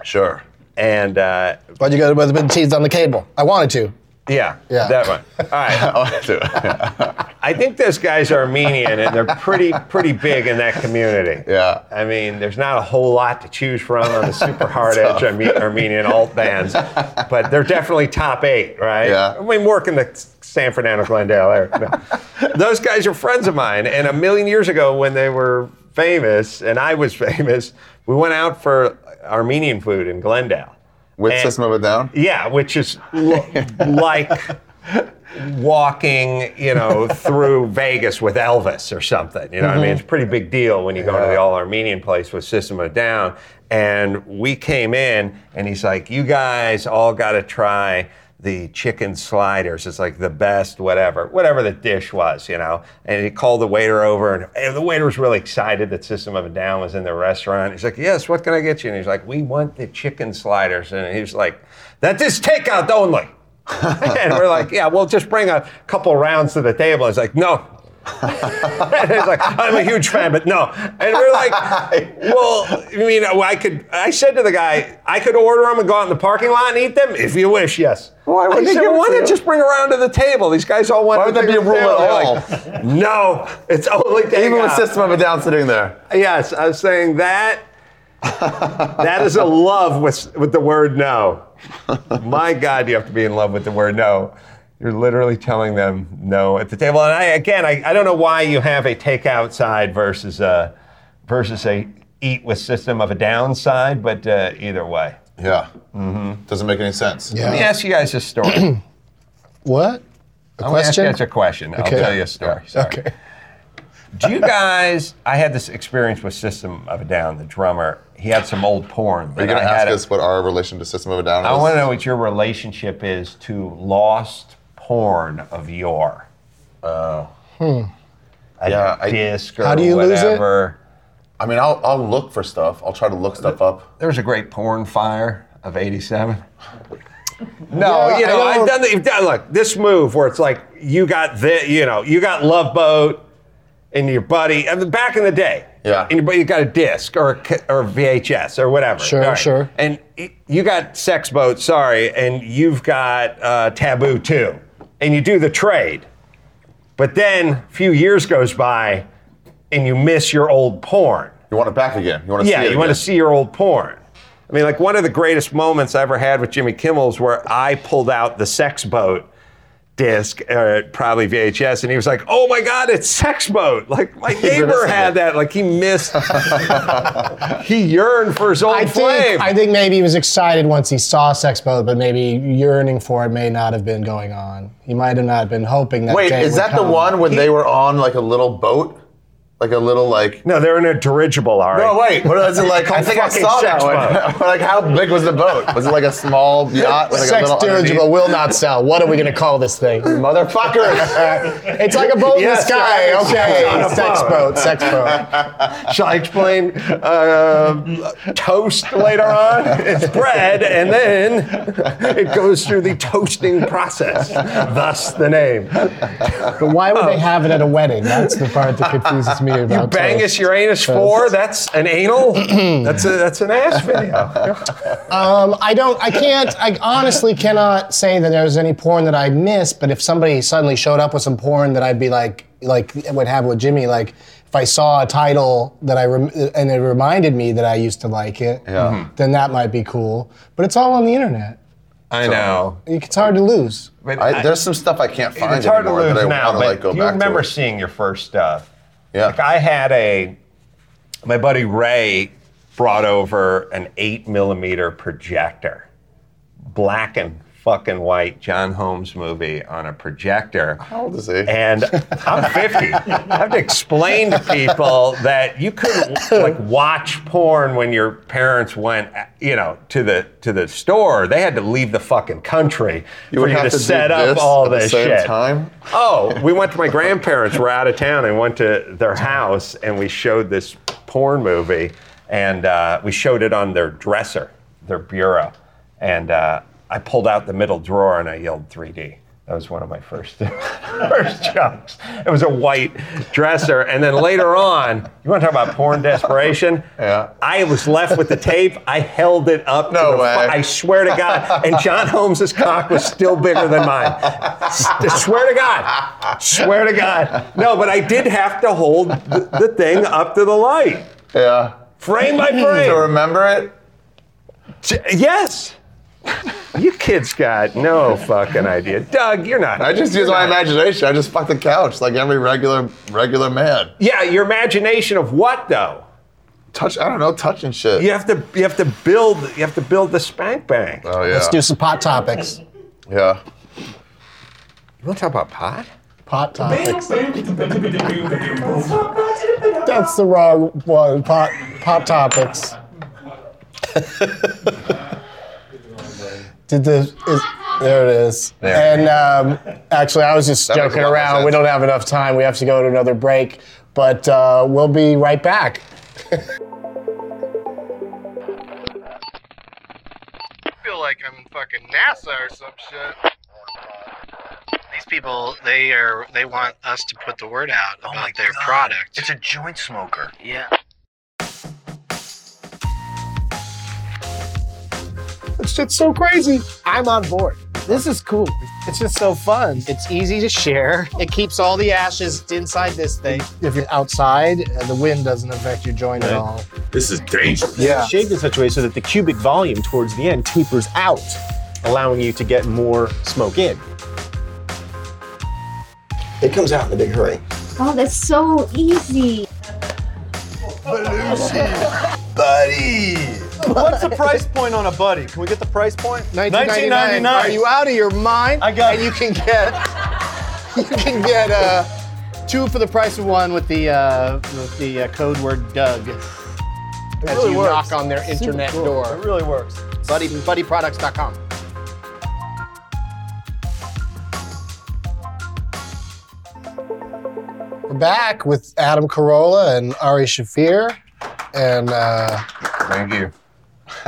Sure.
And uh,
Why'd you go to the cheese on the cable? I wanted to.
yeah,
Yeah.
that one. All right.
I'll have to.
I think this guy's Armenian, and they're pretty pretty big in that community.
Yeah.
I mean, there's not a whole lot to choose from on the super hard edge Arme- Armenian alt bands, but they're definitely top eight, right?
Yeah.
I mean, work in the San Fernando Glendale area. No. Those guys are friends of mine, and a million years ago when they were famous and I was famous, we went out for Armenian food in Glendale.
With
And-
System of a Down?
Yeah, which is l- like walking, you know, through Vegas with Elvis or something. You know, what I mean, it's a pretty big deal when you go to the All Armenian place with System of a Down. And we came in, and he's like, "You guys all got to try." The chicken sliders. It's like the best, whatever, whatever the dish was, you know. And he called the waiter over, and, and the waiter was really excited that System of a Down was in the restaurant. He's like, "Yes, what can I get you?" And he's like, "We want the chicken sliders." And he's like, "That is takeout only." and we're like, yeah, we'll just bring a couple rounds to the table. It's like, no. and he's like, I'm a huge fan, but no. And we're like, well, I mean, uh, I could, I said to the guy, I could order them and go out in the parking lot and eat them if you wish, yes.
Why would
I
they
said,
give
why
it to
not
you?
just bring around to the table? These guys all want
Why
to
would that be a rule at all?
no, it's only takeout.
Even with System of a Down sitting there.
Yes, I was saying that. that is a love with with the word no. My God, you have to be in love with the word no. You're literally telling them no at the table. And I again, I, I don't know why you have a take outside versus a versus a eat with system of a downside, but uh, either way.
Yeah. Mm-hmm. Doesn't make any sense.
Yeah.
Let me ask you guys a story. I'm
What? A
gonna ask you
question?
guys a question.
Okay.
I'll tell you a story. Sorry.
Okay.
Do you guys? I had this experience with System of a Down, the drummer. He had some old porn.
Are you going to ask us what our relation to System of a Down is?
I want to know what your relationship is to lost porn of yore. Oh.
Yeah, I-
disc or
How do you lose it?
whatever.
I mean, I'll, I'll look for stuff. I'll try to look stuff up.
There was a great porn fire of '87. No,
Yeah,
you
I
know, I've
don't-
done, the, you've done. Look, this move where it's like you got the, you know, you got Love Boat and your buddy. I mean, back in the day,
Yeah.
and your buddy got a disc or a, ca- or VHS or whatever.
Sure,
All right.
sure.
And y- you got Sex Boat, sorry, and you've got uh, Taboo too, and you do the trade. But then a few years goes by, and you miss your old porn.
You want it back again. You want to
Yeah,
see it
you want to
again.
see your old porn. I mean, like one of the greatest moments I ever had with Jimmy Kimmel's where I pulled out the Sex Boat disc, uh, probably VHS, and he was like, "Oh my God, it's Sex Boat!" Like my neighbor
missing
had
it.
that. Like he missed. he yearned for his old
I
flame.
think, I think maybe he was excited once he saw Sex Boat, but maybe yearning for it may not have been going on. He might have not been hoping that.
Wait,
day
is
would
that the
come.
one when they were on like a little boat? Like a little like.
No, they're in a dirigible, Ari.
Oh wait, what was it like? I think I
Fucking
saw that
sex
one.
boat.
like how big was the boat? Was it like a small yacht? With like
Sex
a little
dirigible
underneath?
will not sell. What are we going to call this thing?
Motherfucker!
It's like a boat in the
Yes,
sky.
right.
Okay,
It's on a
sex
boat.
boat, sex boat.
Shall I explain uh, toast later on? It's bread, and then it goes through the toasting process. Thus the name.
But why would they have it at a wedding? That's the part that confuses me about
You Bangus
toast.
Uranus four. That's an anal. That's a that's an ass video.
Um, I don't. I can't. I honestly cannot say that there's any porn that I missed. But if somebody suddenly showed up with some porn that I'd be like, like what happened with Jimmy, like if I saw a title that I rem- and it reminded me that I used to like it, then that might be cool. But it's all on the internet.
I know.
It's hard to lose.
I, there's some stuff I can't find
It's hard to
anymore
lose
that I
now,
want
but
to like go
do you
back
remember
to.
seeing your first stuff?
Yeah.
Like I had a, my buddy Ray brought over an eight millimeter projector, black and fucking white John Holmes movie on a projector.
How old is he?
And I'm 50. I have to explain to people that you couldn't like watch porn when your parents went, you know, to the to the store. They had to leave the fucking country for you to,
do
set up
this
all
at the
this
same
shit.
time.
Oh, we went to my grandparents. We're out of town and went to their house, and we showed this porn movie, and uh, we showed it on their dresser, their bureau, and uh, I pulled out the middle drawer and I yelled 3D. That was one of my first first jobs. It was a white dresser, and then later on, you want to talk about porn desperation?
Yeah.
I was left with the tape. I held it up.
No
to the fu-
way.
I swear to God. And John Holmes's cock was still bigger than mine. S- swear to God. Swear to God. No, but I did have to hold the, the thing up to the light,
Yeah.
frame by
To
frame.
remember it?
J- yes. You kids got no fucking idea. Doug, you're not.
I just use my imagination. I just fuck the couch like every regular regular man.
Yeah, your imagination of what though?
Touch. I don't know. Touching shit.
You have to you have to build you have to build the spank bank.
Oh yeah.
Let's do some pot topics.
yeah.
You want to talk about pot?
Pot topics. That's the wrong one. Pot pot topics. Did the is, there it is.
There.
And um, actually, I was just
That makes
joking
a lot more
around. We
sense.
don't have enough time. We have to go to another break, but uh, we'll be right back.
feel like I'm in fucking NASA or some shit. These people, they are, they want us to put the word out about their product.
It's a joint smoker.
yeah.
It's so crazy. I'm on board. This is cool. It's just so fun.
It's easy to share. It keeps all the ashes inside this thing.
If you're outside, uh, the wind doesn't affect your joint at all.
This is dangerous.
Yeah.
shaped in such a way so that the cubic volume towards the end tapers out, allowing you to get more smoke in.
It comes out in a big hurry.
Oh, that's so easy.
Buddy!
What's the price point on a buddy? Can we get the price point?
1999. Are you out of your mind?
I got
and
it.
you can get you can get uh, two for the price of one with the uh, with the uh, code word Doug as you knock on their internet door.
It really works.
Buddy buddyproducts.com. We're back with Adam Carolla and Ari Shafir, and uh,
Thank you.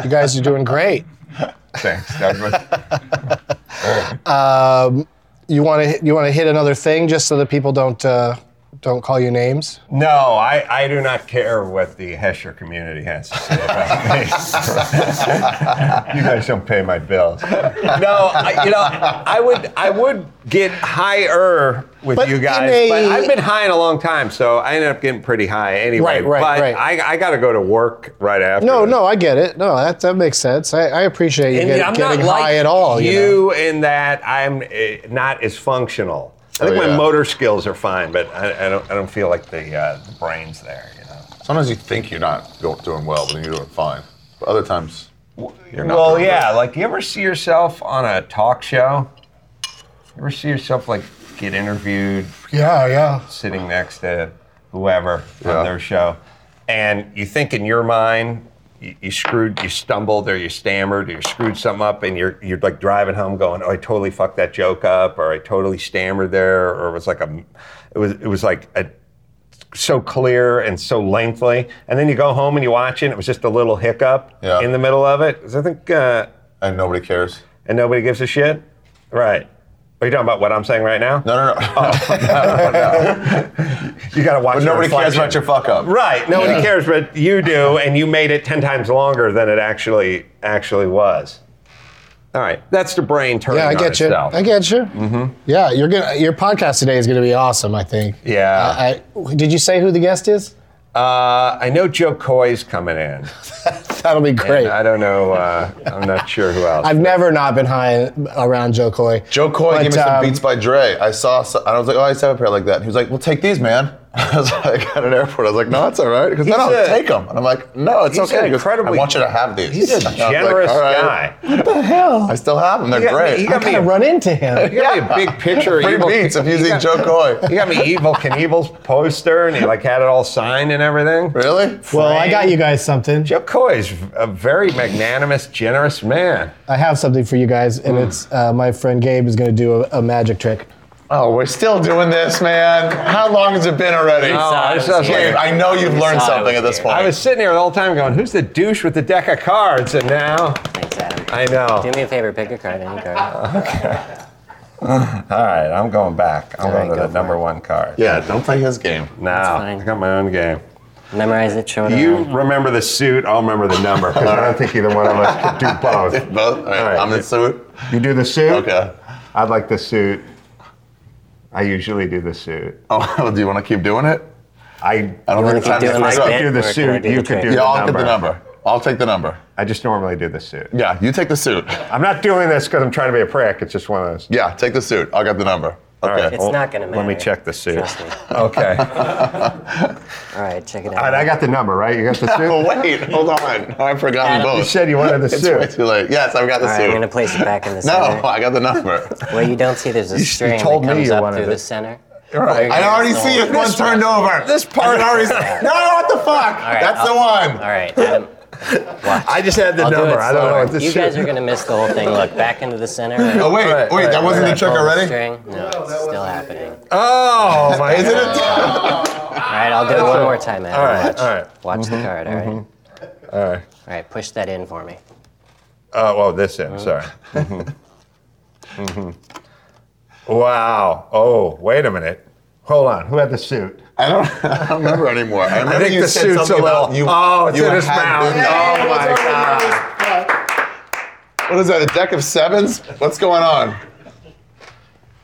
you guys are doing great.
Thanks. That was-
You want to you want to hit another thing just so that people don't uh, don't call you names.
No, I, I do not care what the Hesher community has to say about me. you guys don't pay my bills. No, I, you know, I would I would get higher with
But
you
in
guys,
a-
but I've been high in a long time, so I ended up getting pretty high anyway.
Right, right,
but
right.
I, I got to go to work right after.
No,
this.
no, I get it. No, that that makes sense. I, I appreciate you
And
get,
I'm
getting
not like
high at all. You, know?
You in that I'm uh, not as functional. I think
Oh,
my
yeah.
motor skills are fine, but I, I don't I don't feel like the uh, the brain's there. You know.
Sometimes you think you're not go- doing well, but then you're doing fine. But other times, you're not.
well,
doing
yeah.
good.
Like, you ever see yourself on a talk show? You ever see yourself like get interviewed
Yeah, yeah.
sitting next to whoever
Yeah.
on their show, and you think in your mind you, you screwed, you stumbled, or you stammered, or you screwed something up, and you're you're like driving home going, "Oh, I totally fucked that joke up," or "I totally stammered there," or it was like a, it was it was like a so clear and so lengthy. And then you go home and you watch it, and it was just a little hiccup
Yeah.
in the middle of it. 'Cause I think, uh,
and nobody cares.
and nobody gives a shit. Right. Are you talking about what I'm saying right now?
No, no, no.
Oh, You got to watch
but
your
nobody cares
inflection.
about your fuck up.
Right. Nobody
Yeah.
cares, but you do, and you made it 10 times longer than it actually actually was. All right. That's the brain turning
Yeah, I
on
get you.
itself.
I get you. Mm-hmm. Yeah, you're gonna, your podcast today is going to be awesome, I think.
Yeah.
I, I, did you say who the guest is?
Uh, I know Joe Coy's coming in.
That'll be great.
And I don't know. Uh, I'm not sure who else.
I've never not been high around Joe Coy.
Joe Coy
But,
gave me some
um,
Beats by Dre. I saw, so- and I was like, oh, I used to have a pair like that. And he was like, well, take these, man. I was like, at an airport, I was like, no, it's all right. Because no,
He's
no,
a-
take them. And I'm like, no, it's
he's
okay. He
an
goes,
incredibly-
I want you to have these.
He's a
And I was like,
generous
"All right."
guy.
I still have them. They're
He got me-
great.
he
I
got me
kind of run into him.
He got me a big picture. of
Free
Evil-
beats if
he
using
got-
Joe Coy.
He got me Evil Knievel's poster, and he like had it all signed and everything.
Really?
Well, I got you guys something.
Joe Coy's a very magnanimous, generous man.
I have something for you guys, and
Mm.
it's uh, my friend Gabe is going to do a, a magic trick.
Oh, we're still doing this, man. How long has it been already?
No, Oh, I was just
Gabe,
like-
I know you've learned
saw it
something
was
at this
Gabe.
point.
I was sitting here the whole time going, "Who's the douche with the deck of cards?" And now
Thanks, Adam.
I know.
Do me a favor, pick a card, any card.
All right, I'm going back. I'm
All
going
right,
to
go
the
for
number
it.
one card.
yeah, don't play his game.
No,
fine.
I got my own game.
Memorize it, show it
You
around.
remember the suit. I'll remember the number because um, I don't think either one of us could do both.
Both? All right,
All right.
I'm in suit.
You do the suit.
Okay.
I'd like the suit. I usually do the suit.
Oh, do you want to keep doing it?
I
I don't
You wanna
think it's time
keep
to
doing
mess
like
up.
that?
do the
Or can I
suit.
do the
You could
trick?
do
Yeah,
the
I'll get
number.
the number. I'll take the number.
I just normally do the suit.
Yeah, you take the suit.
I'm not doing this because I'm trying to be a prick. It's just one of those.
Yeah, take the suit. I'll get the number. Okay.
It's not gonna
Let me
matter.
check the suit.
Trust me.
Okay. All
All right, check it out.
right, I got the number right. You got the
Oh,
suit.
wait, hold on. I've forgotten
Adam,
You
both.
said you wanted the
It's way
suit.
too late. Yes, I've got the
All right, I'm
suit.
gonna place it back in the center.
no, I got the number.
What you don't see, there's a
you
string
told me
that comes
you
up
wanted
through
it.
the center.
All right.
I already
This
see it.
one.
One turned over.
This part
I already. No, what the fuck?
All right,
That's
I'll-
the one. Oh,
All right, Adam.
I just had the
I'll do
number.
it
I don't know what
slower.
the
You
suit.
guys are gonna miss the whole thing. Look back into the center. Right?
Oh wait,
Alright,
wait, that
alright,
wasn't the
Pull
trick
the
already.
String. No, it's still happening. All
oh my!
Isn't it?
right, I'll do it one more time, Adam.
All right,
Watch,
all right.
watch the card. All right. All right. All right. Push that in for me.
Oh, oh, this end. Sorry. Mhm. Mhm. Mm-hmm. Wow. Oh, wait a minute. Hold on. Who had the suit?
I don't, I don't remember anymore. I, remember
I think
you
the
said
suit's a
something
little.
about You,
oh, it's
you
in his
had
mouth.
been-
Oh my god.
What is that? A deck of sevens? What's going on?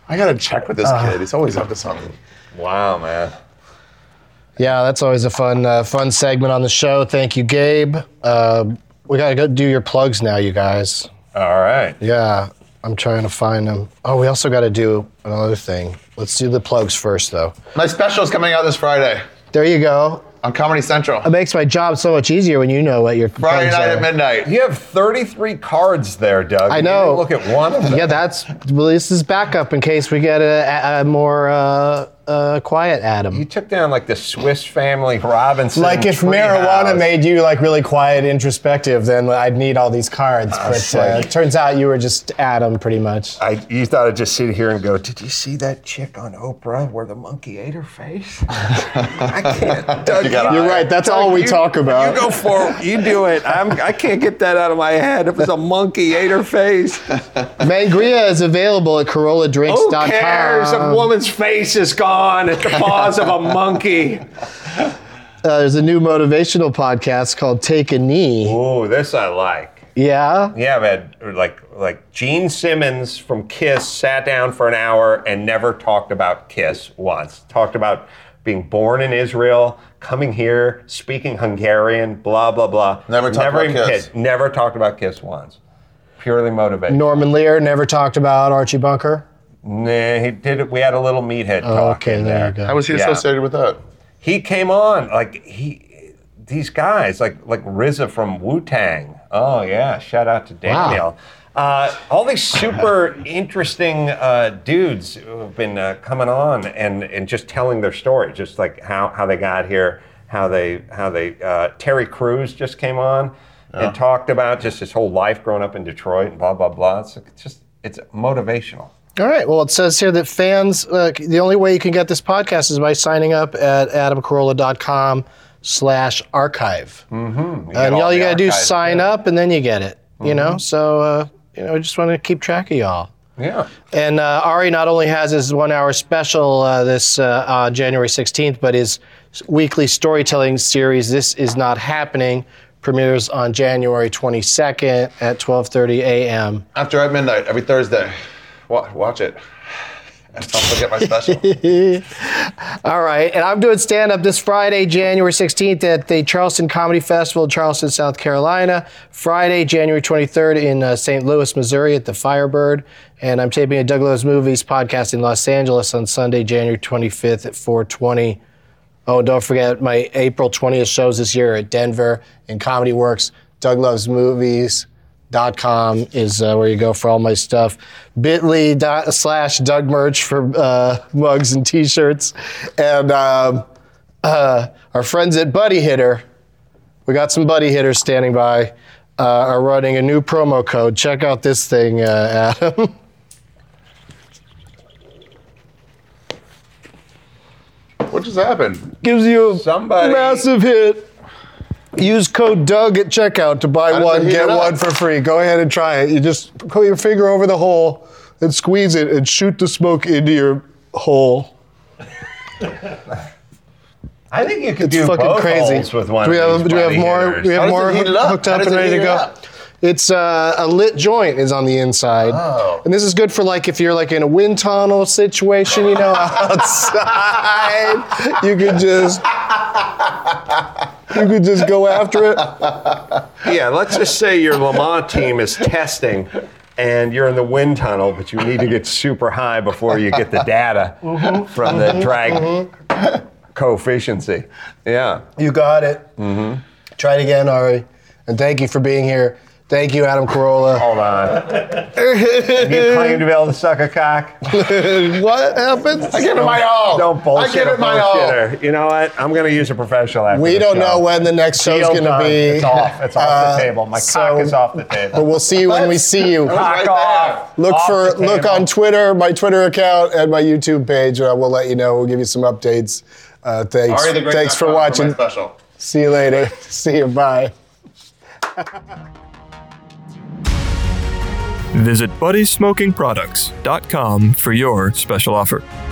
I gotta check with this
Uh,
kid. He's always up to something.
Wow, man.
Yeah, that's always a fun, uh, fun segment on the show. Thank you, Gabe. Uh, we got to go do your plugs now, you guys.
All right.
Yeah, I'm trying to find them. Oh, we also got to do another thing. Let's do the plugs first, though.
My special's coming out this Friday
There you go.
on Comedy Central.
It makes my job so much easier when you know what your
Friday
plugs
night
are.
at midnight.
You have 33 cards there, Doug.
I
You
know.
didn't Look at one of them.
Yeah, that's well. This is backup in case we get a, a- a more uh, uh, quiet
You
Adam.
took down like the Swiss Family Robinson.
Like if
tree
marijuana
house.
made you like really quiet, introspective, then I'd need all these cards. but uh, it turns out you were just Adam, pretty much.
I, you thought I'd just sit here and go, Did you see that chick on Oprah where the monkey ate her face? I can't. Doug,
You got
You're right. That's all we
you-
talk about.
You go for You do it. I'm, I can't get that out of my head. If it's a monkey ate her face,
Mangria is available at
who
CorollaDrinks.com.
cares?
Uh,
A woman's face is gone at the paws of a monkey.
Uh, there's a new motivational podcast called Take a Knee.
Ooh, this I like.
Yeah.
Yeah, but like like Gene Simmons from Kiss sat down for an hour and never talked about Kiss once. Talked about being born in Israel, coming here, speaking Hungarian, blah blah blah.
Never talked about
even
Kiss.
kid- Never talked about Kiss once. Purely motivated.
Norman Lear never talked about Archie Bunker.
Nah, he did. it- We had a little meathead talk.
Okay,
in
there you
there.
go.
How was he
Yeah.
associated with that?
He came on like he. these guys like like RZA from Wu Tang. Oh yeah, shout out to Daniel. Uh, all these super interesting uh, dudes who've been uh, coming on and, and just telling their story, just like how, how they got here, how they how they uh, Terry Crews just came on and talked about just his whole life growing up in Detroit and blah blah blah. It's just it's motivational.
All right. Well, it says here that fans, uh, the only way you can get this podcast is by signing up at adamcarolla.com slash archive.
Mm-hmm. You get
and all
the
you got to do is
archives. Mm-hmm.
sign up and then you get it, you know? So, uh, you know, I just want to keep track of y'all.
Yeah.
And uh, Ari not only has his one hour special uh, this uh, uh, January 16th, but his weekly storytelling series, This Is Not Happening, premieres on January 22nd at 12.30 a.m.
After at midnight every Thursday. Watch, watch it. And don't forget my special.
All right, and I'm doing stand up this Friday, January 16th at the Charleston Comedy Festival in Charleston, South Carolina. Friday, January 23rd in uh, St. Louis, Missouri at the Firebird. And I'm taping a Doug Loves Movies podcast in Los Angeles on Sunday, January 25th at 420. Oh, and don't forget my April 20th shows this year at Denver and Comedy Works. DougLovesMovies.com is uh, where you go for all my stuff. Bitly dot slash Doug merch for uh, mugs and T-shirts, and um, uh, our friends at Buddy Hitter. We got some Buddy Hitters standing by. Uh, are running a new promo code. Check out this thing, uh, Adam.
what just happened?
Gives you a
Somebody-
massive hit. Use code Doug at checkout to buy
does
one,
it heat
get
it up?
one for free. Go ahead and try it. You just put your finger over the hole and squeeze it and shoot the smoke into your hole.
I think you could
It's
do
fucking
both
crazy.
holes with one.
do we
of
have
these
do we have
buddy
more
hitters.
do we
How
have
does
more
it heat it up?
hooked
How
up
does
and
it
ready to
heat it
go?
up?
It's uh, a lit joint is on the inside.
Oh.
And this is good for like if you're like in a wind tunnel situation, you know,
Uh,
outside. You could just you could just go after it.
Yeah, let's just say your Lamont team is testing and you're in the wind tunnel, but you need to get super high before you get the data
Mm-hmm.
from the drag coefficient. Yeah.
You got it. Mm-hmm. Try it again, Ari. And thank you for being here. Thank you, Adam Carolla.
Hold on. you claim to be able to suck a cock?
what happened? I
Give it my all.
Don't bullshit.
I give
a
it my all.
bullshitter. You know what? I'm going to use a professional after
We
this
don't
show.
know when the next show's
Deal
going to
done.
be.
It's off. It's off
Uh,
the table. My
so-
cock is off the
But
table.
we'll see you when we see you.
Cock
right
off.
Look
Off
for
the
look
table.
on Twitter, my Twitter account, and my YouTube page, and I will let you know. We'll give you some updates. Uh, thanks.
Ari the Great
Thanks
dot
for
com
watching.
my special.
see you later. see you. Bye.
Visit BuddySmokingProducts.com for your special offer.